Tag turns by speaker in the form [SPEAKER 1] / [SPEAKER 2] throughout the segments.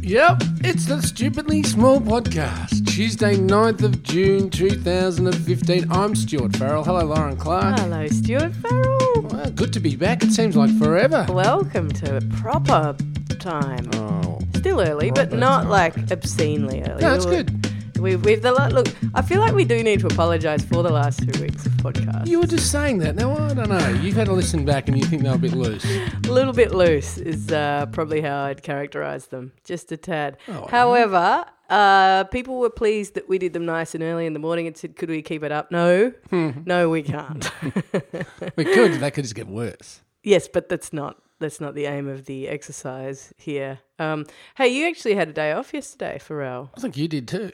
[SPEAKER 1] Yep, it's the Stupidly Small Podcast. Tuesday, 9th of June 2015. I'm Stuart Farrell. Hello, Lauren Clark.
[SPEAKER 2] Hello, Stuart Farrell.
[SPEAKER 1] Well, good to be back. It seems like forever.
[SPEAKER 2] Welcome to proper time.
[SPEAKER 1] Oh,
[SPEAKER 2] Still early, but
[SPEAKER 1] that's
[SPEAKER 2] not
[SPEAKER 1] all
[SPEAKER 2] like obscenely early.
[SPEAKER 1] no, it's
[SPEAKER 2] We were-
[SPEAKER 1] good.
[SPEAKER 2] We, we've the la- look. I feel like we do need to apologise for the last two weeks of podcast.
[SPEAKER 1] You were just saying that. Now, I don't know. You've had to listen back and you think they were a bit loose.
[SPEAKER 2] A little bit loose is uh, probably how I'd characterise them, just a tad.
[SPEAKER 1] Oh,
[SPEAKER 2] However, uh, people were pleased that we did them nice and early in the morning and said, "Could we keep it up?" No,
[SPEAKER 1] Hmm.
[SPEAKER 2] no, we can't.
[SPEAKER 1] We could. They could just get worse.
[SPEAKER 2] Yes, but that's not that's not the aim of the exercise here. Um, hey, you actually had a day off yesterday, Pharrell.
[SPEAKER 1] I think you did too.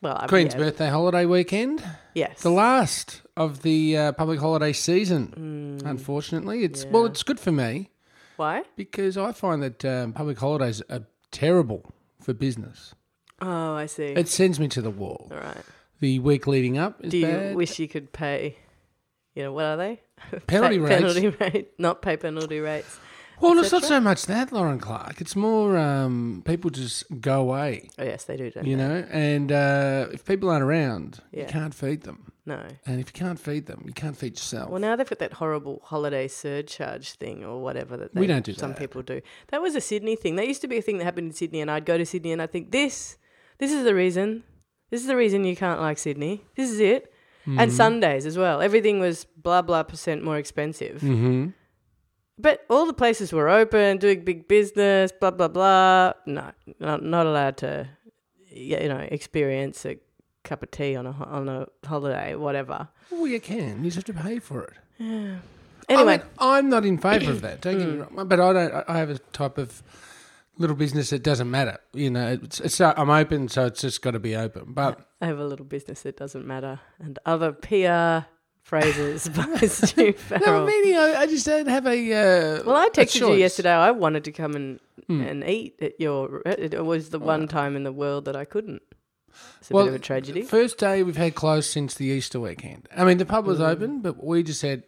[SPEAKER 2] Well, I
[SPEAKER 1] Queen's
[SPEAKER 2] yeah,
[SPEAKER 1] birthday holiday weekend.
[SPEAKER 2] Yes,
[SPEAKER 1] The last of the uh, public holiday season, unfortunately. It's Well, it's good for me.
[SPEAKER 2] why?
[SPEAKER 1] Because I find that um, public holidays are terrible for business.
[SPEAKER 2] Oh, I see.
[SPEAKER 1] It sends me to the wall.
[SPEAKER 2] All right.
[SPEAKER 1] The week leading up is
[SPEAKER 2] Do you
[SPEAKER 1] bad.
[SPEAKER 2] wish you could pay? You know what are they?
[SPEAKER 1] Penalty
[SPEAKER 2] Pay-
[SPEAKER 1] rates.
[SPEAKER 2] Penalty rate, not pay penalty rates.
[SPEAKER 1] well, it's not so much that, Lauren Clark. It's more um, people just go away,
[SPEAKER 2] Oh yes, they do. Don't
[SPEAKER 1] you know. And uh, if people aren't around, you
[SPEAKER 2] Yeah.
[SPEAKER 1] can't feed them.
[SPEAKER 2] they? No.
[SPEAKER 1] And if you can't feed them, you can't feed yourself.
[SPEAKER 2] Well, now they've got that horrible holiday surcharge thing or whatever that they,
[SPEAKER 1] We don't do
[SPEAKER 2] some
[SPEAKER 1] that.
[SPEAKER 2] people do. That was a Sydney thing. That used to be a thing that happened in Sydney, and I'd go to Sydney and I'd think this, this is the reason. This is the reason you can't like Sydney. This is it.
[SPEAKER 1] Mm-hmm.
[SPEAKER 2] And Sundays as well. Everything was blah blah percent more expensive.
[SPEAKER 1] mm-hmm.
[SPEAKER 2] But all the places were open, doing big business, blah blah blah. No, not, not allowed to, you know, experience a cup of tea on a ho- on a holiday, whatever.
[SPEAKER 1] Well, you can. You just have to pay for it.
[SPEAKER 2] Anyway, Mm.
[SPEAKER 1] I mean, I'm not in favour of that. Don't get me wrong, but I don't. I- I have a type of little business that doesn't matter. You know, it's, it's uh, I'm open, so it's just got to be open. But
[SPEAKER 2] I have a little business that doesn't matter, and other PR phrases by Stu
[SPEAKER 1] no,
[SPEAKER 2] Farrell.
[SPEAKER 1] meaning I, I just don't have a. Uh,
[SPEAKER 2] well, I
[SPEAKER 1] a
[SPEAKER 2] texted you
[SPEAKER 1] choice. Hmm.
[SPEAKER 2] yesterday. I wanted to come and and eat at your. It was the one time in the world that I couldn't. It's a
[SPEAKER 1] Well,
[SPEAKER 2] bit of a tragedy.
[SPEAKER 1] First day we've had closed since the Easter weekend. I mean, the pub
[SPEAKER 2] Mm.
[SPEAKER 1] was open, but we just had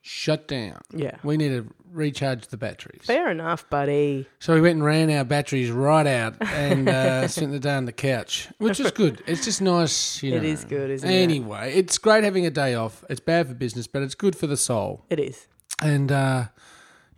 [SPEAKER 1] shut down.
[SPEAKER 2] Yeah.
[SPEAKER 1] We need to recharge the batteries.
[SPEAKER 2] Fair enough, buddy.
[SPEAKER 1] So we went and ran our batteries right out and uh, spent the day on the couch, which was good. It's just nice, you know.
[SPEAKER 2] It is good, isn't it?
[SPEAKER 1] anyway, it's great having a day off. It's bad for business, but it's good for the soul.
[SPEAKER 2] It is.
[SPEAKER 1] And uh,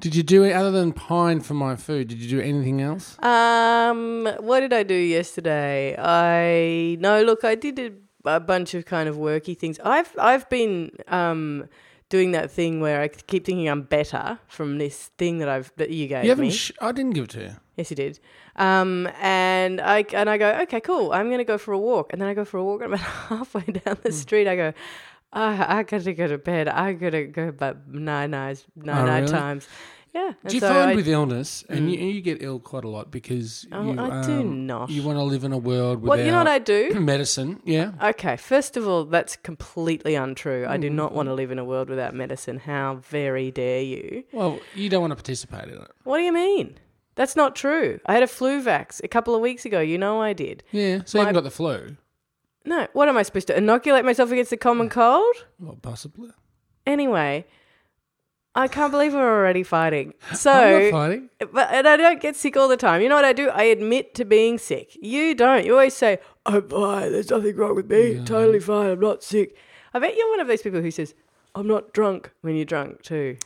[SPEAKER 1] did you do other than pine for my food? Did you do anything else?
[SPEAKER 2] Um, what did I do yesterday? I no, look, I did a, a bunch of kind of worky things. I've I've been um doing that thing where I keep thinking I'm better from this thing that I've that you gave
[SPEAKER 1] You haven't.
[SPEAKER 2] me.
[SPEAKER 1] Sh- I didn't give it to you.
[SPEAKER 2] yes, you did. Um, and I and I go, okay, cool. I'm gonna go for a walk, and then I go for a walk, and about halfway down
[SPEAKER 1] Hmm.
[SPEAKER 2] the street, I go. "Ah, I gotta go to bed. I gotta go, but nine nights, nine
[SPEAKER 1] Oh,
[SPEAKER 2] night
[SPEAKER 1] really?
[SPEAKER 2] times. Yeah. And
[SPEAKER 1] Do you
[SPEAKER 2] so
[SPEAKER 1] find
[SPEAKER 2] I- Mm.
[SPEAKER 1] with illness, and you, you get ill quite a lot because
[SPEAKER 2] Oh,
[SPEAKER 1] you, um,
[SPEAKER 2] I do not.
[SPEAKER 1] You want to live in a world without
[SPEAKER 2] well, you know what I do?
[SPEAKER 1] medicine. Yeah.
[SPEAKER 2] Okay, first of all, that's completely untrue. I do not want
[SPEAKER 1] Mm-hmm.
[SPEAKER 2] to live in a world without medicine. How very dare you?
[SPEAKER 1] Well, you don't want to participate in it.
[SPEAKER 2] What do you mean? That's not true. I had a flu vax a couple of weeks ago. You know I did.
[SPEAKER 1] Yeah. So you haven't got the flu.
[SPEAKER 2] No, what am I supposed to inoculate myself against the common cold?
[SPEAKER 1] Well, possibly.
[SPEAKER 2] Anyway, I can't believe we're already fighting.
[SPEAKER 1] I'm not
[SPEAKER 2] So,
[SPEAKER 1] fighting.
[SPEAKER 2] but, and I don't get sick all the time. You know what I do? I admit to being sick. You don't. You always say, I'm fine. There's nothing wrong with me. Totally fine. I'm not sick. I bet you're one of those people who says, I'm not drunk when you're drunk too.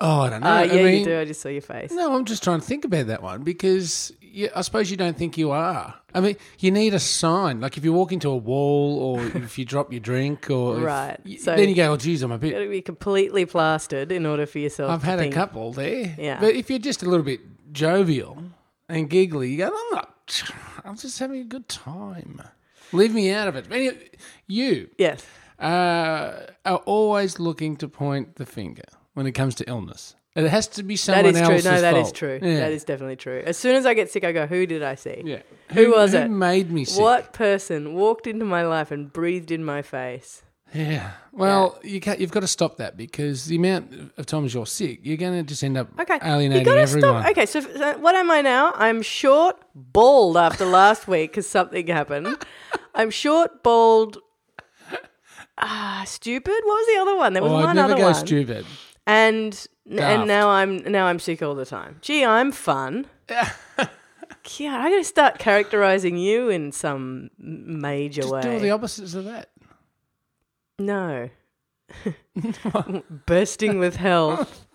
[SPEAKER 1] Oh, I don't know.
[SPEAKER 2] Ah, yeah,
[SPEAKER 1] I mean,
[SPEAKER 2] you do. I just saw your face.
[SPEAKER 1] No, I'm just trying to think about that one because yeah, I suppose you don't think you are. I mean, you need a sign. Like if you walk into a wall or if you drop your drink or. if-
[SPEAKER 2] Right,
[SPEAKER 1] y-
[SPEAKER 2] so-
[SPEAKER 1] then you go, oh, geez, I'm a
[SPEAKER 2] You've got
[SPEAKER 1] bit.
[SPEAKER 2] to be completely plastered in order for yourself
[SPEAKER 1] I've
[SPEAKER 2] to
[SPEAKER 1] had a
[SPEAKER 2] think,
[SPEAKER 1] couple there.
[SPEAKER 2] Yeah.
[SPEAKER 1] But if you're just a little bit jovial and giggly, you go, I'm not. I'm just having a good time. Leave me out of it. Any- You
[SPEAKER 2] Yes.
[SPEAKER 1] uh, are always looking to point the finger when it comes to illness. It has to be someone
[SPEAKER 2] that is
[SPEAKER 1] else's
[SPEAKER 2] true. No, that is
[SPEAKER 1] fault.
[SPEAKER 2] true.
[SPEAKER 1] Yeah.
[SPEAKER 2] That is definitely true. As soon as I get sick, I go, Who did I see?
[SPEAKER 1] Yeah.
[SPEAKER 2] Who was it?
[SPEAKER 1] made me sick?
[SPEAKER 2] What person walked into my life and breathed in my face?
[SPEAKER 1] Yeah. Well, you can't, you've got to stop that because the amount of times you're sick, you're going to just end up
[SPEAKER 2] Okay.
[SPEAKER 1] alienating
[SPEAKER 2] gotta
[SPEAKER 1] everyone.
[SPEAKER 2] Stop. Okay, so, so what am I now? I'm short, bald after last week because something happened. I'm short, bald, ah, stupid. What was the other one? There was
[SPEAKER 1] Oh, I'd
[SPEAKER 2] one
[SPEAKER 1] never
[SPEAKER 2] other
[SPEAKER 1] go
[SPEAKER 2] one.
[SPEAKER 1] stupid.
[SPEAKER 2] and and
[SPEAKER 1] Daft.
[SPEAKER 2] now I'm now I'm sick all the time. Gee, I'm fun. Fuck yeah! I'm gonna start characterizing you in some m- major
[SPEAKER 1] Just
[SPEAKER 2] way.
[SPEAKER 1] do all the opposites of that.
[SPEAKER 2] no. Bursting with health,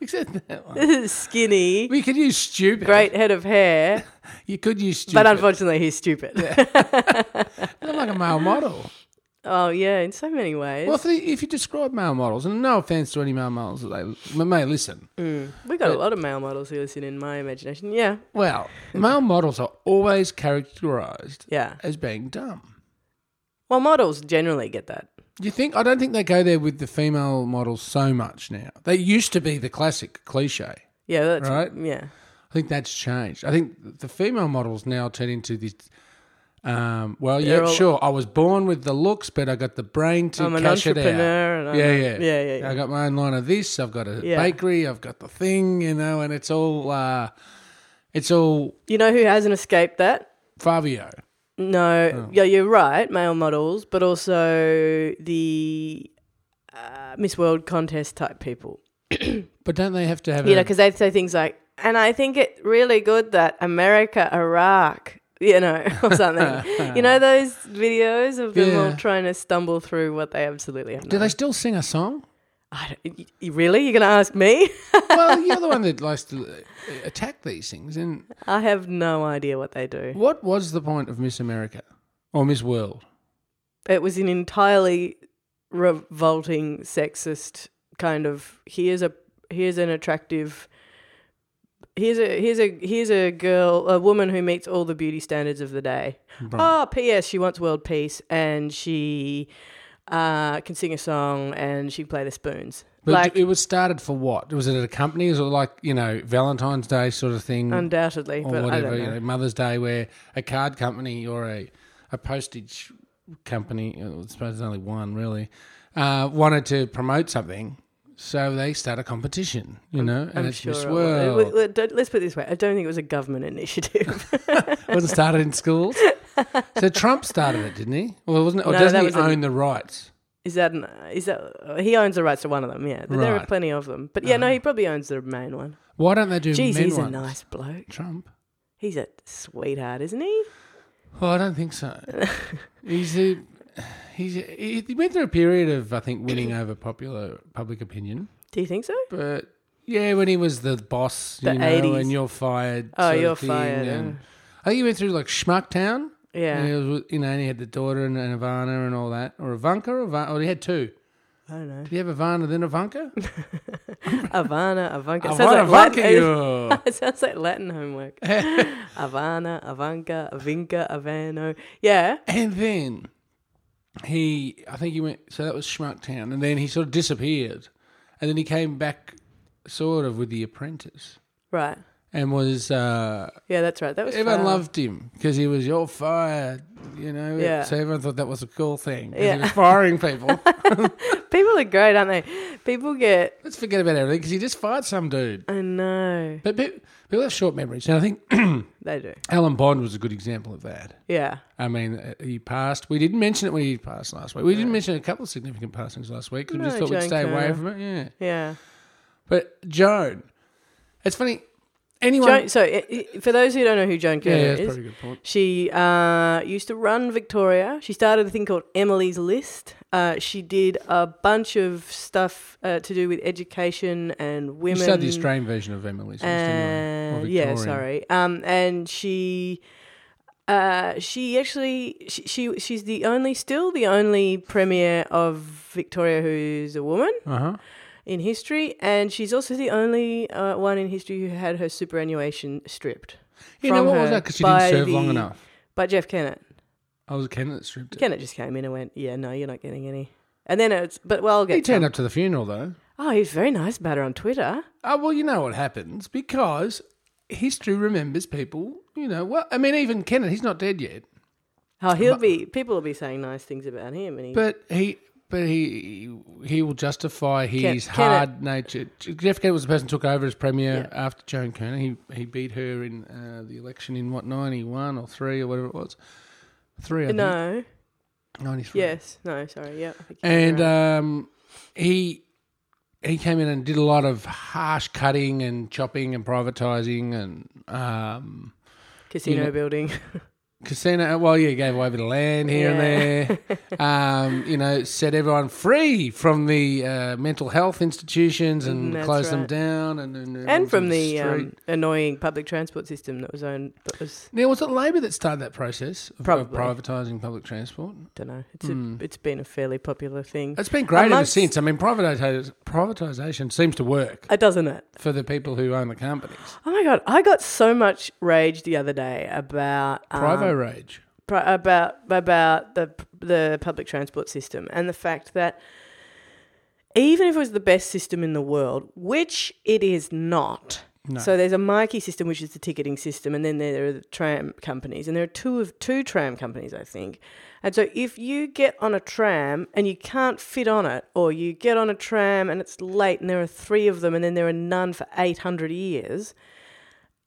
[SPEAKER 1] Except that one.
[SPEAKER 2] skinny,
[SPEAKER 1] We could use stupid.
[SPEAKER 2] great head of hair,
[SPEAKER 1] You could use stupid.
[SPEAKER 2] but unfortunately he's stupid.
[SPEAKER 1] You're like a male model.
[SPEAKER 2] Oh yeah, in so many ways.
[SPEAKER 1] Well, if, the, if you describe male models, and no offense to any male models that they may listen.
[SPEAKER 2] we got a lot of male models who listen in my imagination. Yeah,
[SPEAKER 1] Well, male models are always characterized
[SPEAKER 2] yeah.
[SPEAKER 1] as being dumb.
[SPEAKER 2] Well, models generally get that.
[SPEAKER 1] Do you think? I don't think they go there with the female models so much now. They used to be the classic cliche.
[SPEAKER 2] Yeah, that's
[SPEAKER 1] Right.
[SPEAKER 2] Yeah,
[SPEAKER 1] I think that's changed. I think the female models now turn into this. Um, well, yeah,
[SPEAKER 2] They're all-
[SPEAKER 1] sure. I was born with the looks, but I got the brain to
[SPEAKER 2] I'm an
[SPEAKER 1] cash it out.
[SPEAKER 2] entrepreneur and I'm
[SPEAKER 1] yeah,
[SPEAKER 2] a-
[SPEAKER 1] yeah,
[SPEAKER 2] yeah, yeah, yeah.
[SPEAKER 1] I got my own line of this. I've got a
[SPEAKER 2] Yeah.
[SPEAKER 1] bakery. I've got the thing, you know, and it's all, uh, it's all
[SPEAKER 2] you know who hasn't escaped that?
[SPEAKER 1] Fabio. Oh.
[SPEAKER 2] No, yeah, you're right. Male models, but also the uh, Miss World contest type people.
[SPEAKER 1] But don't they have to have?
[SPEAKER 2] You know,
[SPEAKER 1] a,
[SPEAKER 2] because they say things like, and I think it really good that America, Iraq, you know, or something. you know those videos of them all
[SPEAKER 1] Yeah.
[SPEAKER 2] trying to stumble through what they absolutely have.
[SPEAKER 1] do
[SPEAKER 2] no-
[SPEAKER 1] they still sing a song?
[SPEAKER 2] I don't, y- y- really? You're going to ask me?
[SPEAKER 1] well, you're the one that likes to uh, attack these things. And
[SPEAKER 2] I have no idea what they do.
[SPEAKER 1] what was the point of Miss America or Miss World?
[SPEAKER 2] It was an entirely revolting, sexist kind of here's a here's an attractive here's a here's a here's a girl a woman who meets all the beauty standards of the day. Oh, P.S. She wants world peace and she uh, can sing a song and she can play the spoons.
[SPEAKER 1] But
[SPEAKER 2] like
[SPEAKER 1] it was started for what? Was it at a company? Was it like, you know, Valentine's Day sort of thing?
[SPEAKER 2] undoubtedly,
[SPEAKER 1] mm, or
[SPEAKER 2] but I
[SPEAKER 1] whatever,
[SPEAKER 2] don't
[SPEAKER 1] you
[SPEAKER 2] know.
[SPEAKER 1] know, Mother's Day where a card company or a, a postage company, I suppose there's only one really, uh, wanted to promote something. So they start a competition, you know, and it's Miss
[SPEAKER 2] it wa-
[SPEAKER 1] World.
[SPEAKER 2] it wa- don't- Let's put it this way: I don't think it was a government initiative.
[SPEAKER 1] wasn't started in schools. So Trump started it, didn't he? Well, wasn't it? Or
[SPEAKER 2] No,
[SPEAKER 1] doesn't
[SPEAKER 2] that
[SPEAKER 1] he
[SPEAKER 2] was a-
[SPEAKER 1] own the rights?
[SPEAKER 2] Is that an, is that uh, he owns the rights to one of them? Yeah, but there are
[SPEAKER 1] Right.
[SPEAKER 2] plenty of them. But yeah, no, he probably owns the main one.
[SPEAKER 1] Why don't they do
[SPEAKER 2] Jeez,
[SPEAKER 1] men
[SPEAKER 2] he's
[SPEAKER 1] ones?
[SPEAKER 2] a nice bloke.
[SPEAKER 1] Trump.
[SPEAKER 2] He's a sweetheart, isn't he?
[SPEAKER 1] Well, I don't think so. he's a, he's a, he went through a period of I think winning over popular public opinion,
[SPEAKER 2] Do you think so?
[SPEAKER 1] but yeah, when he was the boss,
[SPEAKER 2] The
[SPEAKER 1] you know,
[SPEAKER 2] 80s.
[SPEAKER 1] and you're fired.
[SPEAKER 2] Oh,
[SPEAKER 1] sort of
[SPEAKER 2] you're
[SPEAKER 1] thing,
[SPEAKER 2] fired,
[SPEAKER 1] And
[SPEAKER 2] yeah.
[SPEAKER 1] I think he went through like Schmucktown.
[SPEAKER 2] Yeah,
[SPEAKER 1] And he was, with- you know, and he had the daughter and, and Ivana and all that, or Ivanka, or, Ivan- or he had two.
[SPEAKER 2] I don't know.
[SPEAKER 1] Did he have Ivana then Ivanka?
[SPEAKER 2] Ivana, Ivanka. It
[SPEAKER 1] Ivana, Ivanka,
[SPEAKER 2] Latin,
[SPEAKER 1] you.
[SPEAKER 2] It sounds like Latin homework. Ivana, Ivanka, Ivinka, Ivano. Yeah,
[SPEAKER 1] And then he, I think he went, so that was Schmucktown. And then he sort of disappeared. And then he came back sort of with The Apprentice
[SPEAKER 2] right.
[SPEAKER 1] and was, uh,
[SPEAKER 2] Yeah, that's right. That was
[SPEAKER 1] everyone
[SPEAKER 2] fun.
[SPEAKER 1] loved him because he was, you're fired, you know.
[SPEAKER 2] Yeah.
[SPEAKER 1] So everyone thought that was a cool thing. 'cause
[SPEAKER 2] Yeah.
[SPEAKER 1] He was firing people.
[SPEAKER 2] People are great, aren't they? People get.
[SPEAKER 1] Let's forget about everything because he just fired some dude.
[SPEAKER 2] I know
[SPEAKER 1] But pe- people have short memories. And I think
[SPEAKER 2] they do.
[SPEAKER 1] Alan Bond was a good example of that.
[SPEAKER 2] Yeah,
[SPEAKER 1] I mean, uh, he passed. We didn't mention it when he passed last week. We didn't mention a couple of significant passings last week because we
[SPEAKER 2] No,
[SPEAKER 1] just thought we'd
[SPEAKER 2] Joan
[SPEAKER 1] stay away
[SPEAKER 2] Kerr.
[SPEAKER 1] from it. Yeah.
[SPEAKER 2] yeah.
[SPEAKER 1] But Joan, it's funny. Anyone?
[SPEAKER 2] Joan, so, i- i- for those who don't know who Joan Kerr
[SPEAKER 1] yeah, that's
[SPEAKER 2] is,
[SPEAKER 1] probably a good point.
[SPEAKER 2] She uh, used to run Victoria. She started a thing called Emily's List. Uh, she did a bunch of stuff uh, to do with education and
[SPEAKER 1] You
[SPEAKER 2] women.
[SPEAKER 1] started the Australian version of Emily's.
[SPEAKER 2] and yeah, sorry. Um, and she, uh, she actually, she, she, she's the only, still the only premier of Victoria who's a woman
[SPEAKER 1] Uh huh.
[SPEAKER 2] in history, and she's also the only uh, one in history who had her superannuation stripped.
[SPEAKER 1] You know
[SPEAKER 2] from
[SPEAKER 1] what was
[SPEAKER 2] her
[SPEAKER 1] that? Because she didn't
[SPEAKER 2] by
[SPEAKER 1] serve
[SPEAKER 2] the-
[SPEAKER 1] long enough.
[SPEAKER 2] by Jeff Kennett.
[SPEAKER 1] I was a candidate stripped. it.
[SPEAKER 2] Kennett just came in and went, "Yeah, no, you're not getting any." And then it's, but well, I'll
[SPEAKER 1] He
[SPEAKER 2] get.
[SPEAKER 1] turned
[SPEAKER 2] Trump.
[SPEAKER 1] up to the funeral though.
[SPEAKER 2] Oh, he's very nice about her on Twitter.
[SPEAKER 1] Oh well, you know what happens because history remembers people. You know, well, I mean, even Kenneth, he's not dead yet.
[SPEAKER 2] Oh, he'll be people will be saying nice things about him, and he.
[SPEAKER 1] But he, but he, he will justify his
[SPEAKER 2] Ken-
[SPEAKER 1] hard nature. Jeff Kennett was the person who took over as premier after Joan Kerner. He he beat her in uh, the election in what ninety one or three or whatever it was, three. I think.
[SPEAKER 2] no,
[SPEAKER 1] ninety three.
[SPEAKER 2] yes, no, sorry, yeah. I think you're
[SPEAKER 1] and
[SPEAKER 2] right.
[SPEAKER 1] um, he he came in and did a lot of harsh cutting and chopping and privatizing and um,
[SPEAKER 2] Casino building.
[SPEAKER 1] Casino. Well, yeah, gave away a bit of land here and there. um, you know, set everyone free from the uh, mental health institutions and
[SPEAKER 2] Mm, that's
[SPEAKER 1] closed them
[SPEAKER 2] right.
[SPEAKER 1] down, and and,
[SPEAKER 2] and
[SPEAKER 1] everyone's on
[SPEAKER 2] from the
[SPEAKER 1] street.
[SPEAKER 2] um, annoying public transport system that was owned. That was
[SPEAKER 1] now was it Labor that started that process of, of
[SPEAKER 2] Probably.
[SPEAKER 1] privatising public transport?
[SPEAKER 2] don't know. It's
[SPEAKER 1] Hmm.
[SPEAKER 2] a, it's been a fairly popular thing.
[SPEAKER 1] It's been great ever
[SPEAKER 2] Amongst-
[SPEAKER 1] since. I mean, privatisation privatisation seems to work
[SPEAKER 2] Uh, doesn't it?
[SPEAKER 1] for the people who own the companies.
[SPEAKER 2] Oh my god! I got so much rage the other day about um,
[SPEAKER 1] Privo rage.
[SPEAKER 2] pri- about about the the public transport system and the fact that even if it was the best system in the world, which it is not. So there's a Mikey system, which is the ticketing system, and then there are the tram companies, and there are two of two tram companies, I think. And so if you get on a tram and you can't fit on it, or you get on a tram and it's late, and there are three of them, and then there are none for eight hundred years,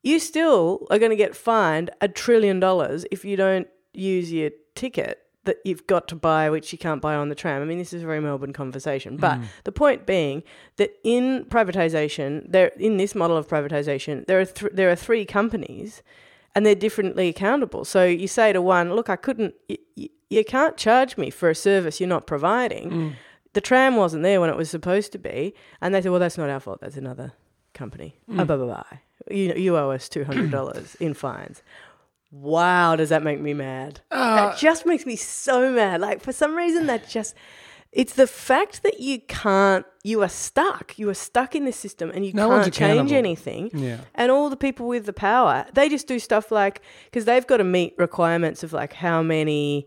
[SPEAKER 2] you still are going to get fined a trillion dollars if you don't use your ticket that you've got to buy, which you can't buy on the tram. I mean, this is a very Melbourne conversation, but the point being that in privatisation, there in this model of privatisation, there are th- there are three companies, and they're differently accountable. So you say to one, "Look, I couldn't. Y- y- you can't charge me for a service you're not providing." The tram wasn't there when it was supposed to be, and they said, "Well, that's not our fault. That's another company."
[SPEAKER 1] Mm.
[SPEAKER 2] Ah, blah blah blah. You you owe us two hundred dollars in fines. Wow, does that make me mad?
[SPEAKER 1] Uh,
[SPEAKER 2] that just makes me so mad. Like for some reason, that just it's the fact that you can't. You are stuck. You are stuck in this system, and you
[SPEAKER 1] No one's
[SPEAKER 2] can't change
[SPEAKER 1] accountable.
[SPEAKER 2] anything.
[SPEAKER 1] Yeah.
[SPEAKER 2] And all the people with the power, they just do stuff like because they've got to meet requirements of like how many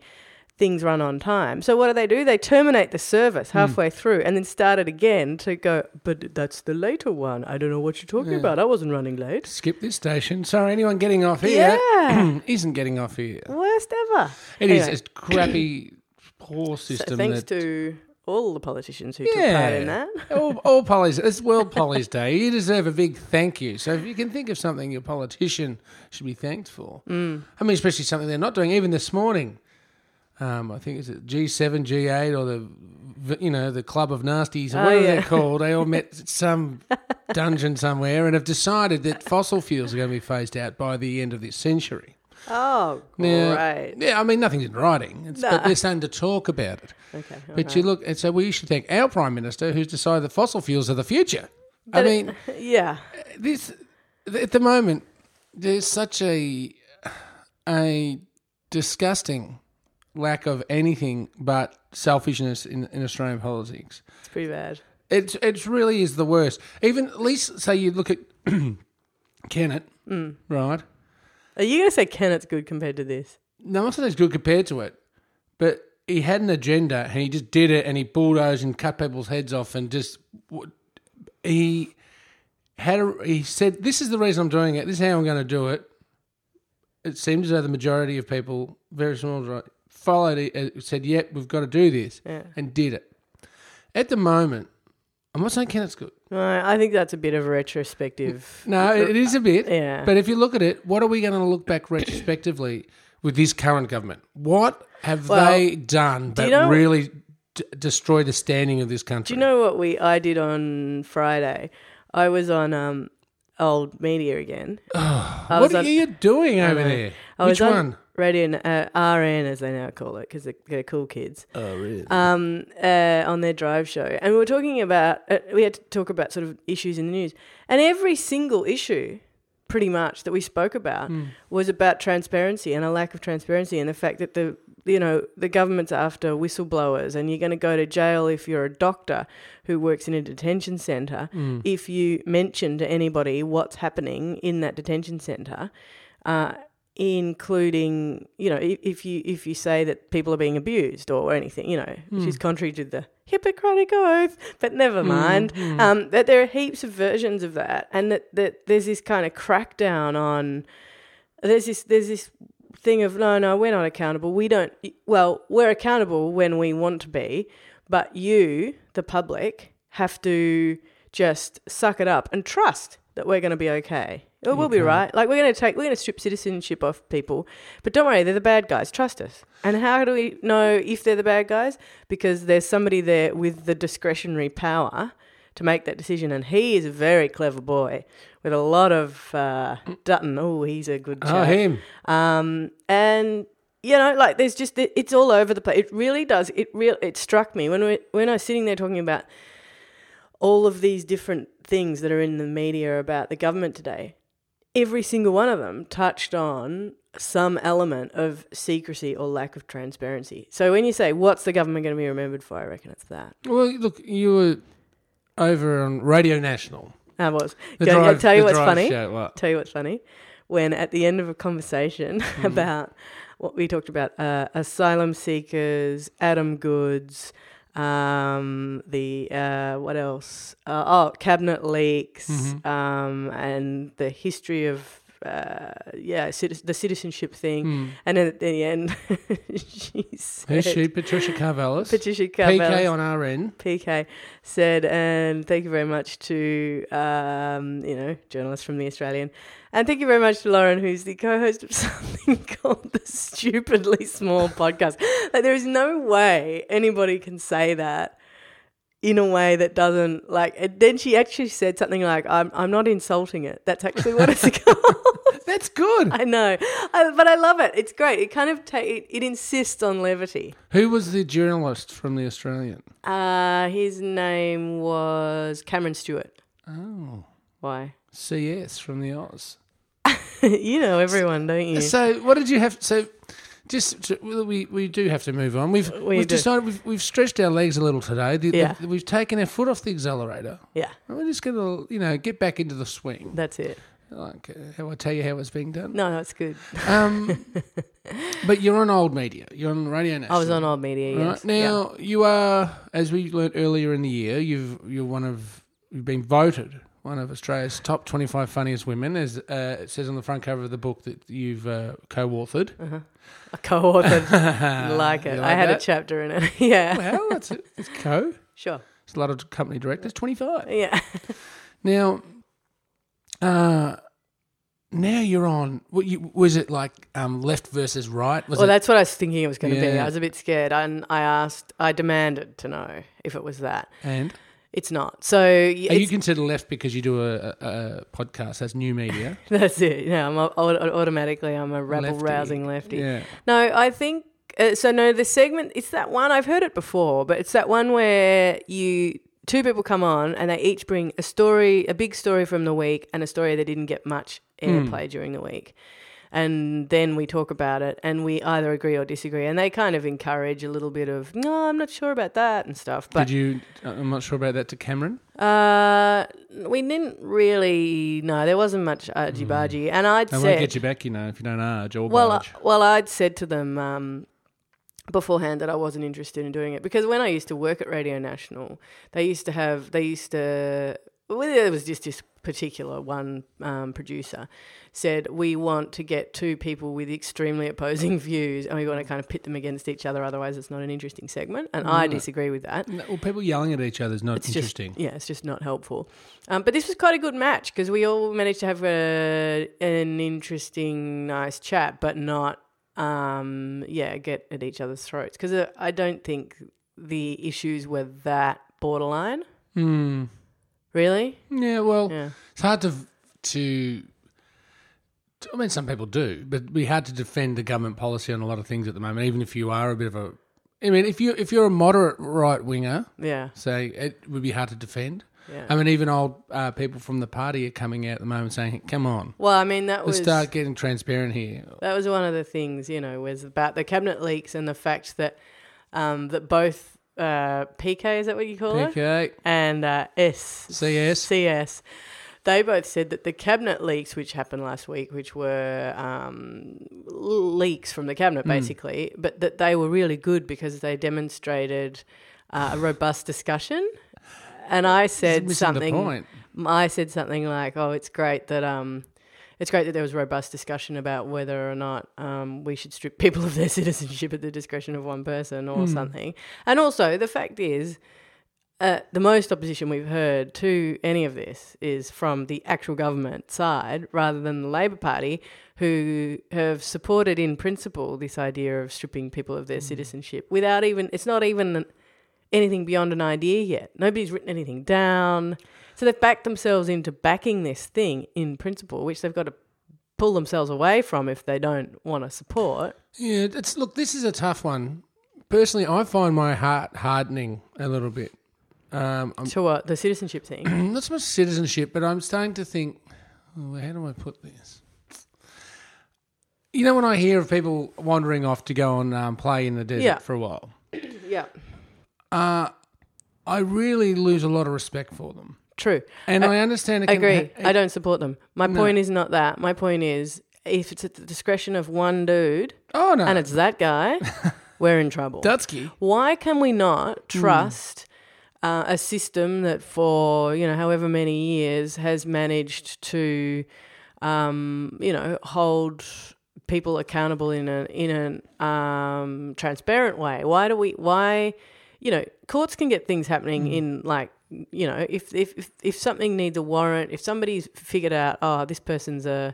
[SPEAKER 2] things run on time. So what do they do? They terminate the service
[SPEAKER 1] Hmm.
[SPEAKER 2] halfway through and then start it again to go. But that's the later one. I don't know what you're talking about. I wasn't running late.
[SPEAKER 1] Skip this station. Sorry, anyone getting off here
[SPEAKER 2] Yeah.
[SPEAKER 1] not getting off here.
[SPEAKER 2] Worst ever.
[SPEAKER 1] It is
[SPEAKER 2] Anyway.
[SPEAKER 1] a crappy, poor system.
[SPEAKER 2] So thanks
[SPEAKER 1] that,
[SPEAKER 2] to all the politicians who took part in that.
[SPEAKER 1] all, all pollies. It's World Pollies Day. You deserve a big thank you. So if you can think of something your politician should be thanked for, mm. I mean, especially something they're not doing. Even this morning, um, I think it's it G7, G8, or the v- you know the Club of Nasties, or
[SPEAKER 2] Oh,
[SPEAKER 1] whatever
[SPEAKER 2] yeah.
[SPEAKER 1] they're called. They all met at some dungeon somewhere and have decided that fossil fuels are going to be phased out by the end of this century.
[SPEAKER 2] Oh,
[SPEAKER 1] Now-
[SPEAKER 2] great.
[SPEAKER 1] Yeah, I mean, nothing's in writing, it's, but they're starting to talk about it.
[SPEAKER 2] Okay.
[SPEAKER 1] But you look, and so we should thank our prime minister who's decided that fossil fuels are the future. I
[SPEAKER 2] But it-
[SPEAKER 1] mean,
[SPEAKER 2] yeah.
[SPEAKER 1] this at the moment there's such a a disgusting lack of anything but selfishness in, in Australian politics.
[SPEAKER 2] It's pretty bad.
[SPEAKER 1] It's it really is the worst. Even at least say you look at Kennett,
[SPEAKER 2] Mm.
[SPEAKER 1] right?
[SPEAKER 2] Are you going to say Kennett's good compared to this?
[SPEAKER 1] No, I'm not saying it's good compared to it, but he had an agenda and he just did it and he bulldozed and cut people's heads off and just w- he had a, he said this is the reason I'm doing it. This is how I'm going to do it. It seemed as though the majority of people, very small, right, followed it, uh, said, "Yep, we've got to do this," and did it. At the moment, I'm not saying Kenneth's good.
[SPEAKER 2] No, I think that's a bit of a retrospective.
[SPEAKER 1] No, it is a bit.
[SPEAKER 2] uh, Yeah.
[SPEAKER 1] But if you look at it, what are we going to look back retrospectively with this current government? What have
[SPEAKER 2] Well,
[SPEAKER 1] they done that
[SPEAKER 2] you know-
[SPEAKER 1] really d- destroy the standing of this country?
[SPEAKER 2] Do you know what we I did on Friday? I was on um old media again. I
[SPEAKER 1] what
[SPEAKER 2] was
[SPEAKER 1] are
[SPEAKER 2] on,
[SPEAKER 1] you doing over
[SPEAKER 2] know.
[SPEAKER 1] there?
[SPEAKER 2] I
[SPEAKER 1] Which
[SPEAKER 2] was on
[SPEAKER 1] one?
[SPEAKER 2] Radio uh, RN as they now call it because they're, they're cool kids.
[SPEAKER 1] Oh, really?
[SPEAKER 2] um, uh, on their drive show, and we were talking about uh, we had to talk about sort of issues in the news, and every single issue, pretty much that we spoke about, was about transparency and a lack of transparency, and the fact that the you know the government's after whistleblowers, and you're going to go to jail if you're a doctor who works in a detention centre if you mention to anybody what's happening in that detention centre. Uh, including you know i- if you if you say that people are being abused or anything you know which is contrary to the hippocratic oath but never mind um that there are heaps of versions of that and that, that there's this kind of crackdown on there's this there's this thing of no no we're not accountable we don't well we're accountable when we want to be but you the public have to just suck it up and trust that we're going to be okay Oh, we'll be right like we're going to take we're going to strip citizenship off people but don't worry they're the bad guys trust us and how do we know if they're the bad guys because there's somebody there with the discretionary power to make that decision. And he is a very clever boy with a lot of uh, Dutton. Oh, he's a good chap.
[SPEAKER 1] Oh, him.
[SPEAKER 2] Um, and you know, like there's just it's all over the place. It really does. It real it struck me when we when I was sitting there talking about all of these different things that are in the media about the government today. Every single one of them touched on some element of secrecy or lack of transparency. So when you say what's the government going to be remembered for, I reckon it's that.
[SPEAKER 1] Well, look, you were over on Radio National.
[SPEAKER 2] I Uh, was.
[SPEAKER 1] The
[SPEAKER 2] Go- I'll
[SPEAKER 1] drive-
[SPEAKER 2] tell you
[SPEAKER 1] the
[SPEAKER 2] what's
[SPEAKER 1] drive
[SPEAKER 2] funny.
[SPEAKER 1] show, what?
[SPEAKER 2] Tell you what's funny. When at the end of a conversation about what we talked about, uh, asylum seekers, Adam Goods, um, the uh, what else? Uh, oh, cabinet leaks, um, and the history of. Uh, yeah, citi- the citizenship thing,
[SPEAKER 1] Mm.
[SPEAKER 2] and then at the end, she said,
[SPEAKER 1] Hmm. Who's she? Patricia Carvelis.
[SPEAKER 2] Patricia Carvelis-
[SPEAKER 1] PK on RN.
[SPEAKER 2] PK said, and thank you very much to um, you know journalists from the Australian, and thank you very much to Lauren, who's the co-host of something called the Stupidly Small podcast. Like there is no way anybody can say that in a way that doesn't like. And then she actually said something like, "I'm I'm not insulting it." That's actually what it's called.
[SPEAKER 1] That's good.
[SPEAKER 2] I know, I, but I love it. It's great. It kind of ta- it, it insists on levity.
[SPEAKER 1] Who was the journalist from The Australian?
[SPEAKER 2] Uh, his name was Cameron Stewart.
[SPEAKER 1] Oh,
[SPEAKER 2] Why?
[SPEAKER 1] CS from The Oz.
[SPEAKER 2] you know everyone, don't you?
[SPEAKER 1] So, what did you have? So, just to- well, we we do have to move on. We've we
[SPEAKER 2] We
[SPEAKER 1] have
[SPEAKER 2] do.
[SPEAKER 1] decided we've, we've stretched our legs a little today. The-
[SPEAKER 2] Yeah.
[SPEAKER 1] the- we've taken our foot off the accelerator.
[SPEAKER 2] Yeah,
[SPEAKER 1] And we're just gonna you know get back into the swing.
[SPEAKER 2] that's it.
[SPEAKER 1] Like uh, how I tell you how it's being done.
[SPEAKER 2] No, no, it's good.
[SPEAKER 1] Um, but you're on old media. You're on Radio National.
[SPEAKER 2] I was on old media.
[SPEAKER 1] All
[SPEAKER 2] Yes.
[SPEAKER 1] right. Now you are, as we learnt earlier in the year, you've you're one of you've been voted one of Australia's top 25 funniest women, as uh, it says on the front cover of the book that you've uh, co-authored.
[SPEAKER 2] yeah. Uh-huh. I co-authored. like it.
[SPEAKER 1] You
[SPEAKER 2] I had
[SPEAKER 1] that?
[SPEAKER 2] a chapter in it. yeah,
[SPEAKER 1] Well, that's it. It's co.
[SPEAKER 2] sure.
[SPEAKER 1] It's a lot of company directors. 25
[SPEAKER 2] Yeah,
[SPEAKER 1] now. Uh, now you're on. What you, was it like? Um, left versus right? Was
[SPEAKER 2] well,
[SPEAKER 1] it?
[SPEAKER 2] that's what I was thinking it was going to be.
[SPEAKER 1] Yeah.
[SPEAKER 2] I was a bit scared, and I asked, I demanded to know if it was that.
[SPEAKER 1] and
[SPEAKER 2] It's not. So y-
[SPEAKER 1] are you
[SPEAKER 2] it's,
[SPEAKER 1] considered left because you do a, a, a podcast? That's new media.
[SPEAKER 2] that's it. No, I'm a, au- automatically I'm a rabble
[SPEAKER 1] Lefty.
[SPEAKER 2] rousing lefty.
[SPEAKER 1] yeah.
[SPEAKER 2] No, I think uh, so. No, the segment it's that one I've heard it before, but it's that one where you two people come on and they each bring a story, a big story from the week, and a story that didn't get much airplay
[SPEAKER 1] Hmm.
[SPEAKER 2] during the week. And then we talk about it, and we either agree or disagree. And they kind of encourage a little bit of, no, I'm not sure about that and stuff. But
[SPEAKER 1] Did you? uh, I'm not sure about that to Cameron.
[SPEAKER 2] uh, we didn't really. No, there wasn't much argy bargy. And I'd
[SPEAKER 1] They
[SPEAKER 2] said,
[SPEAKER 1] won't get Hmm. you back, you know, if you don't arge or
[SPEAKER 2] Well, uh,
[SPEAKER 1] barge.
[SPEAKER 2] I- well, I'd said to them um, beforehand that I wasn't interested in doing it because when I used to work at Radio National, they used to have they used to well, there was just this particular one um, producer said we want to get two people with extremely opposing views and we want to kind of pit them against each other otherwise it's not an interesting segment and I disagree with that
[SPEAKER 1] No, well, people yelling at each other is not
[SPEAKER 2] it's
[SPEAKER 1] interesting.
[SPEAKER 2] Just, yeah, it's just not helpful. Um, but this was quite a good match because we all managed to have a, an interesting, nice chat, but not, um, yeah, get at each other's throats because uh, I don't think the issues were that borderline.
[SPEAKER 1] Hmm.
[SPEAKER 2] Really?
[SPEAKER 1] Yeah. Well,
[SPEAKER 2] Yeah.
[SPEAKER 1] it's hard to to. I mean, some people do, but it'd be hard to defend the government policy on a lot of things at the moment. Even if you are a bit of a, I mean, if you if you're a moderate right winger,
[SPEAKER 2] Yeah.
[SPEAKER 1] say it would be hard to defend.
[SPEAKER 2] Yeah.
[SPEAKER 1] I mean, even old uh, people from the party are coming out at the moment saying, "Come on,
[SPEAKER 2] Well, I mean, that
[SPEAKER 1] let's
[SPEAKER 2] was
[SPEAKER 1] start getting transparent here."
[SPEAKER 2] that was one of the things, you know, was about the cabinet leaks and the fact that um, that both uh, PK is that what you call it?
[SPEAKER 1] Okay,
[SPEAKER 2] and uh, S
[SPEAKER 1] CS.
[SPEAKER 2] CS. They both said that the cabinet leaks, which happened last week, which were um, leaks from the cabinet
[SPEAKER 1] Hmm.
[SPEAKER 2] basically, but that they were really good because they demonstrated uh, a robust discussion. And I said
[SPEAKER 1] missing the
[SPEAKER 2] something.
[SPEAKER 1] point.
[SPEAKER 2] I said something like, "Oh, it's great that um, it's great that there was robust discussion about whether or not um, we should strip people of their citizenship at the discretion of one person or something." And also, the fact is, uh, the most opposition we've heard to any of this is from the actual government side rather than the Labor Party, who have supported in principle this idea of stripping people of their citizenship without even, it's not even, anything beyond an idea yet. Nobody's written anything down. So they've backed themselves into backing this thing in principle, which they've got to pull themselves away from if they don't want to support.
[SPEAKER 1] Yeah, it's look. This is a tough one. Personally, I find my heart hardening a little bit. Um, I'm
[SPEAKER 2] To what? The citizenship thing.
[SPEAKER 1] not so much citizenship, but I'm starting to think, oh, how do I put this? You know, when I hear of people wandering off to go and um, play in the desert
[SPEAKER 2] Yeah.
[SPEAKER 1] for a while,
[SPEAKER 2] yeah.
[SPEAKER 1] I really lose a lot of respect for them,
[SPEAKER 2] True.
[SPEAKER 1] and I, understand. It
[SPEAKER 2] I
[SPEAKER 1] can
[SPEAKER 2] agree.
[SPEAKER 1] ha- eh,
[SPEAKER 2] I don't support them. My point is not that. My point is if it's at the discretion of one dude
[SPEAKER 1] oh no,
[SPEAKER 2] and it's that guy, we're in trouble.
[SPEAKER 1] Dutsky.
[SPEAKER 2] Why can we not trust uh, a system that, for you know, however many years, has managed to, um, you know, hold people accountable in an in an um, transparent way? Why do we? Why, you know, courts can get things happening in like. You know, if, if if if something needs a warrant, if somebody's figured out, oh, this person's a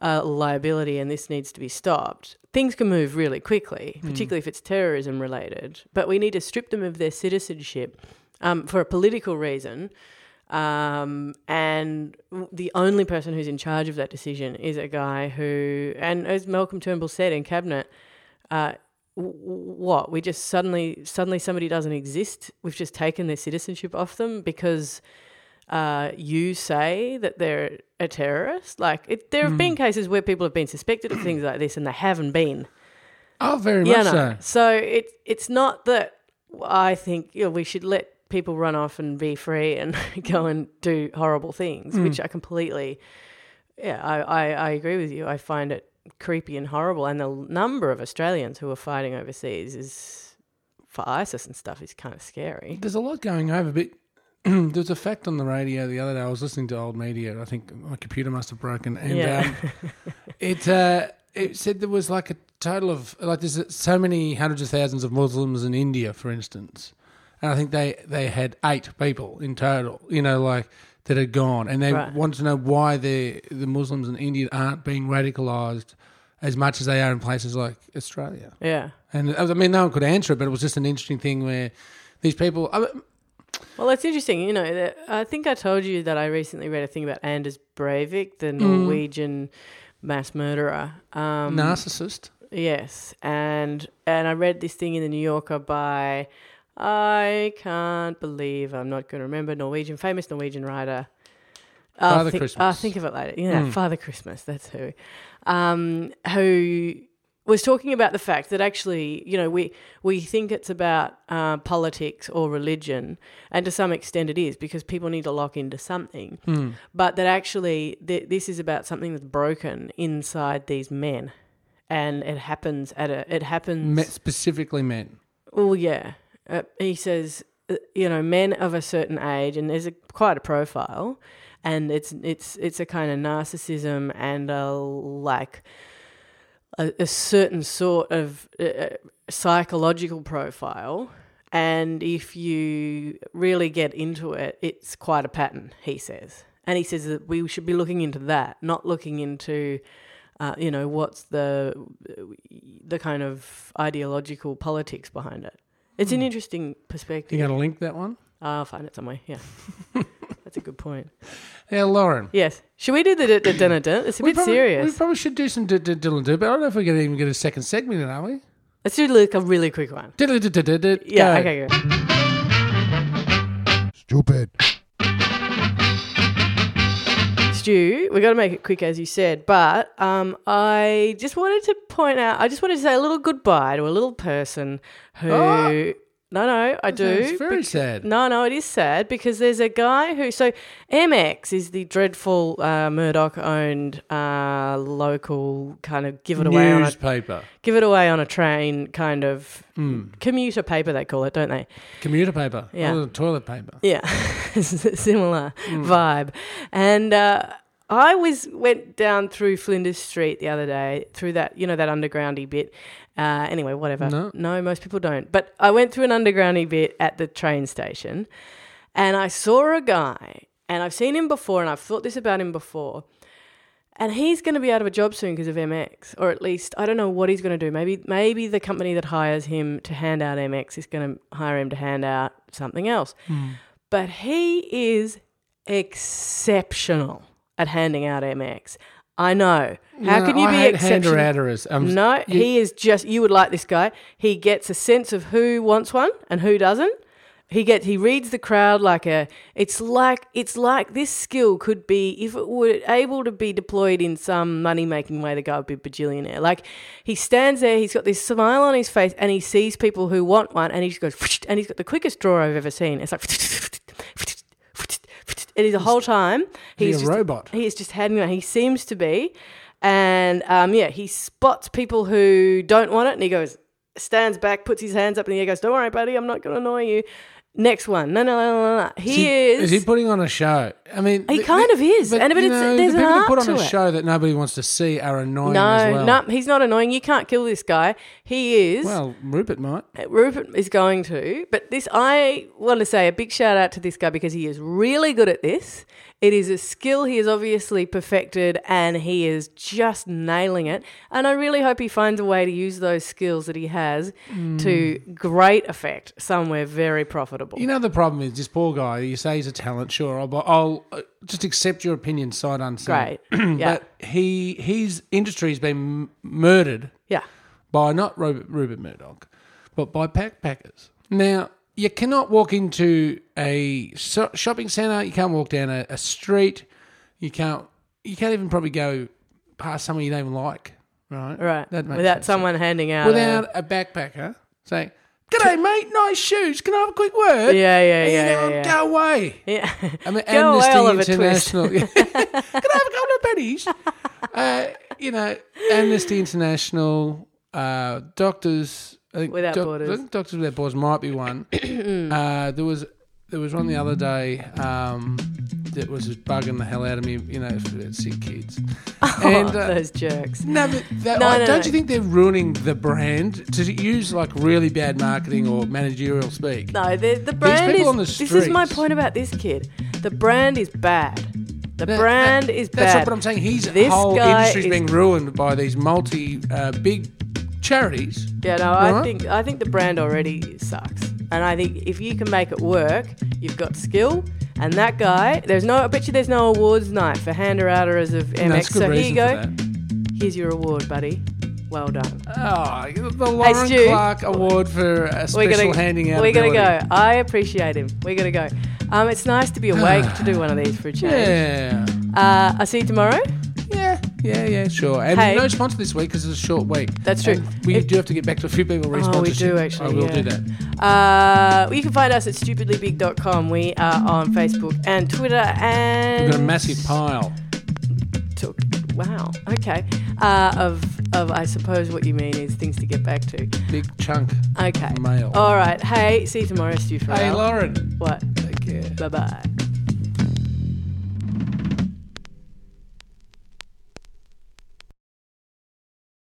[SPEAKER 2] uh, liability and this needs to be stopped, things can move really quickly, particularly if it's terrorism related. But we need to strip them of their citizenship um, for a political reason. Um, and w- the only person who's in charge of that decision is a guy who, and as Malcolm Turnbull said in cabinet, uh, w- w- what we just suddenly suddenly somebody doesn't exist. We've just taken their citizenship off them because uh, you say that they're a terrorist. Like it, there have been cases where people have been suspected of things like this and they haven't been.
[SPEAKER 1] Oh, very
[SPEAKER 2] Yeah,
[SPEAKER 1] much
[SPEAKER 2] no.
[SPEAKER 1] so.
[SPEAKER 2] So it it's not that I think you know, we should let people run off and be free and go and do horrible things, which I completely, yeah, I, I, I agree with you. I find it creepy and horrible, and the number of Australians who are fighting overseas is for ISIS and stuff is kind of scary.
[SPEAKER 1] There's a lot going over, but there was a fact on the radio the other day. I was listening to old media. I think my computer must have broken, and
[SPEAKER 2] Yeah.
[SPEAKER 1] um, it uh, it said there was like a total of like there's so many hundreds of thousands of Muslims in India, for instance, and I think they they had eight people in total. You know, like that had gone, and they
[SPEAKER 2] Right.
[SPEAKER 1] wanted to know why the the Muslims in India aren't being radicalized as much as they are in places like Australia.
[SPEAKER 2] Yeah.
[SPEAKER 1] And I mean, no one could answer it, but it was just an interesting thing where. These people, I mean,
[SPEAKER 2] Well, that's interesting. You know, that I think I told you that I recently read a thing about Anders Breivik,
[SPEAKER 1] Mm.
[SPEAKER 2] the Norwegian mass murderer. Um,
[SPEAKER 1] narcissist.
[SPEAKER 2] Yes, and and I read this thing in the New Yorker by I can't believe I'm not going to remember Norwegian famous Norwegian writer. I'll
[SPEAKER 1] Father
[SPEAKER 2] think,
[SPEAKER 1] Christmas. Mm.
[SPEAKER 2] I'll think of it later. Yeah, Father Christmas. That's who, um, who was talking about the fact that actually, you know, we we think it's about uh, politics or religion, and to some extent it is because people need to lock into something. But that actually, th- this is about something that's broken inside these men and it happens at a it happens
[SPEAKER 1] Me- specifically men.
[SPEAKER 2] well yeah uh, he says uh, you know men of a certain age and there's a, quite a profile and it's it's it's a kind of narcissism and a like a, a certain sort of uh, psychological profile and if you really get into it it's quite a pattern he says and he says that we should be looking into that not looking into uh, you know what's the the kind of ideological politics behind it. It's an interesting
[SPEAKER 1] You
[SPEAKER 2] perspective.
[SPEAKER 1] going to link that one?
[SPEAKER 2] I'll find it somewhere. Yeah, that's a good point.
[SPEAKER 1] Yeah, Lauren.
[SPEAKER 2] Yes, should we do the d- d- dun- dun? It's a
[SPEAKER 1] We
[SPEAKER 2] bit
[SPEAKER 1] probably, We
[SPEAKER 2] serious.
[SPEAKER 1] probably should do some d- d- diddle and do, but I don't know if we're going to even get a second segment in, are we?
[SPEAKER 2] Let's do like a really quick one.
[SPEAKER 1] Diddle diddle diddle diddle.
[SPEAKER 2] Yeah.
[SPEAKER 1] Go.
[SPEAKER 2] Okay. Go.
[SPEAKER 3] Stupid.
[SPEAKER 2] Stu, we got to make it quick, as you said. But um, I just wanted to point out. I just wanted to say a little goodbye to a little person who.
[SPEAKER 1] Oh.
[SPEAKER 2] No, no, I do.
[SPEAKER 1] It's very
[SPEAKER 2] bec-
[SPEAKER 1] sad.
[SPEAKER 2] No, no, it is sad because there's a guy who. So MX is the dreadful uh, Murdoch-owned uh, local kind of give it away on a
[SPEAKER 1] Newspaper.
[SPEAKER 2] give it away on a train kind of commuter paper they call it, don't they?
[SPEAKER 1] Commuter paper.
[SPEAKER 2] Yeah.
[SPEAKER 1] Oh, toilet paper.
[SPEAKER 2] Yeah, similar vibe. And uh, I was went down through Flinders Street the other day through that you know that undergroundy bit. Uh, anyway, whatever.
[SPEAKER 1] No.
[SPEAKER 2] most people don't. But I went through an undergroundy bit at the train station, and I saw a guy, and I've seen him before, and I've thought this about him before. And he's going to be out of a job soon because of MX, or at least I don't know what he's going to do. Maybe maybe the company that hires him to hand out MX is going to hire him to hand out something else.
[SPEAKER 1] Hmm.
[SPEAKER 2] But he is exceptional at handing out MX. I know. How
[SPEAKER 1] No,
[SPEAKER 2] can you
[SPEAKER 1] I
[SPEAKER 2] be
[SPEAKER 1] hate Um,
[SPEAKER 2] exceptional?
[SPEAKER 1] Hander Adderers. I'm-
[SPEAKER 2] No, he is just. You would like this guy. He gets a sense of who wants one and who doesn't. He gets. He reads the crowd like a. It's like it's like this skill could be if it were able to be deployed in some money making way. The guy would be a bajillionaire. Like he stands there. He's got this smile on his face, and he sees people who want one, and he just goes. And he's got the quickest draw I've ever seen. It's like. It is the whole time
[SPEAKER 1] He's
[SPEAKER 2] he's
[SPEAKER 1] a
[SPEAKER 2] just
[SPEAKER 1] robot.
[SPEAKER 2] he is just handing out. He seems to be, and um, yeah, he spots people who don't want it, and he goes, stands back, puts his hands up in the air, goes, "Don't worry, buddy, I'm not going to annoy you." Next one, no, no, no, no, no. He is.
[SPEAKER 1] Is he putting on a show? I mean,
[SPEAKER 2] He
[SPEAKER 1] th-
[SPEAKER 2] kind
[SPEAKER 1] th-
[SPEAKER 2] of is, and but
[SPEAKER 1] you
[SPEAKER 2] it's-
[SPEAKER 1] know,
[SPEAKER 2] there's
[SPEAKER 1] the
[SPEAKER 2] an
[SPEAKER 1] people who
[SPEAKER 2] art
[SPEAKER 1] put on
[SPEAKER 2] to
[SPEAKER 1] a
[SPEAKER 2] it.
[SPEAKER 1] show that nobody wants to see are annoying
[SPEAKER 2] no,
[SPEAKER 1] as well.
[SPEAKER 2] no, he's not annoying. You can't kill this guy. He is.
[SPEAKER 1] Well, Rupert might.
[SPEAKER 2] Rupert is going to, but this I want to say a big shout out to this guy because he is really good at this. It is a skill he has obviously perfected and he is just nailing it. And I really hope he finds a way to use those skills that he has
[SPEAKER 1] Mm.
[SPEAKER 2] to great effect somewhere very profitable.
[SPEAKER 1] You know the problem is this poor guy. You say he's a talent, sure, I'll, I'll uh, just accept your opinion sight unseen.
[SPEAKER 2] great. yeah.
[SPEAKER 1] But he his industry's been m- murdered
[SPEAKER 2] yeah.
[SPEAKER 1] by not Rupert, Rupert Murdoch, but by backpackers. Now, you cannot walk into a so- shopping centre. You can't walk down a, a street. You can't. You can't even probably go past someone you don't even like. Right.
[SPEAKER 2] Right.
[SPEAKER 1] That makes no
[SPEAKER 2] Without
[SPEAKER 1] sense.
[SPEAKER 2] someone handing out a-
[SPEAKER 1] Without a backpacker saying, "G'day, mate. Nice shoes. Can I have a quick word?"
[SPEAKER 2] Yeah, yeah,
[SPEAKER 1] And you
[SPEAKER 2] yeah,
[SPEAKER 1] go,
[SPEAKER 2] yeah, yeah.
[SPEAKER 1] Go away.
[SPEAKER 2] yeah.
[SPEAKER 1] I mean,
[SPEAKER 2] Go away,
[SPEAKER 1] Amnesty
[SPEAKER 2] Oliver Twist.
[SPEAKER 1] International. Can I have a couple of pennies? uh, you know, Amnesty International, uh, Doctors I think
[SPEAKER 2] Without Borders.
[SPEAKER 1] I think Doctors Without Borders might be one. uh, there was there was one the other day um, that was just bugging the hell out of me. You know, for sick kids. and
[SPEAKER 2] Oh,
[SPEAKER 1] uh,
[SPEAKER 2] those jerks.
[SPEAKER 1] no, but that,
[SPEAKER 2] No,
[SPEAKER 1] I-
[SPEAKER 2] no,
[SPEAKER 1] don't
[SPEAKER 2] no.
[SPEAKER 1] you think they're ruining the brand to use like really bad marketing or managerial speak?
[SPEAKER 2] No, the, the brand
[SPEAKER 1] people
[SPEAKER 2] is.
[SPEAKER 1] on the
[SPEAKER 2] this is my
[SPEAKER 1] streets-
[SPEAKER 2] point about this kid. The brand is bad. The
[SPEAKER 1] That-
[SPEAKER 2] brand
[SPEAKER 1] that-
[SPEAKER 2] is
[SPEAKER 1] That's
[SPEAKER 2] bad.
[SPEAKER 1] not what I'm saying. His
[SPEAKER 2] This
[SPEAKER 1] whole
[SPEAKER 2] guy
[SPEAKER 1] industry's
[SPEAKER 2] is-
[SPEAKER 1] being ruined by these multi uh, big charities.
[SPEAKER 2] yeah, no, I
[SPEAKER 1] Right?
[SPEAKER 2] think I think the brand already sucks, and I think if you can make it work, you've got skill. And that guy, there's no. I bet you there's no awards night for hander outers of MX.
[SPEAKER 1] And that's good
[SPEAKER 2] so here you
[SPEAKER 1] reason
[SPEAKER 2] go.
[SPEAKER 1] for that.
[SPEAKER 2] Here's your award, buddy. Well done.
[SPEAKER 1] Oh, the Lauren
[SPEAKER 2] Stu.
[SPEAKER 1] Clark Award for a
[SPEAKER 2] we're
[SPEAKER 1] special
[SPEAKER 2] gonna
[SPEAKER 1] handing out.
[SPEAKER 2] We're gonna
[SPEAKER 1] ability.
[SPEAKER 2] go. I appreciate him. We're gonna go. Um, it's nice to be awake to do one of these for a change.
[SPEAKER 1] Yeah.
[SPEAKER 2] Uh, I see you tomorrow.
[SPEAKER 1] Yeah, yeah, yeah, sure. And
[SPEAKER 2] Hey.
[SPEAKER 1] no sponsor this week because it's a short week.
[SPEAKER 2] That's true.
[SPEAKER 1] And we
[SPEAKER 2] If-
[SPEAKER 1] do have to get back to a few people. re
[SPEAKER 2] Oh, we
[SPEAKER 1] sponsorship.
[SPEAKER 2] do actually.
[SPEAKER 1] I will
[SPEAKER 2] yeah.
[SPEAKER 1] do that.
[SPEAKER 2] Uh, you can find us at stupidlybig.com. We are on Facebook and Twitter and.
[SPEAKER 1] We've got a massive pile.
[SPEAKER 2] Took- Wow. Okay. Uh, of of I suppose what you mean is things to get back to.
[SPEAKER 1] Big chunk
[SPEAKER 2] Okay. Oh,
[SPEAKER 1] mail.
[SPEAKER 2] All right. Hey, see you tomorrow, Stu.
[SPEAKER 1] hey,
[SPEAKER 2] Farrell.
[SPEAKER 1] Lauren.
[SPEAKER 2] What?
[SPEAKER 1] Take care.
[SPEAKER 2] Bye bye.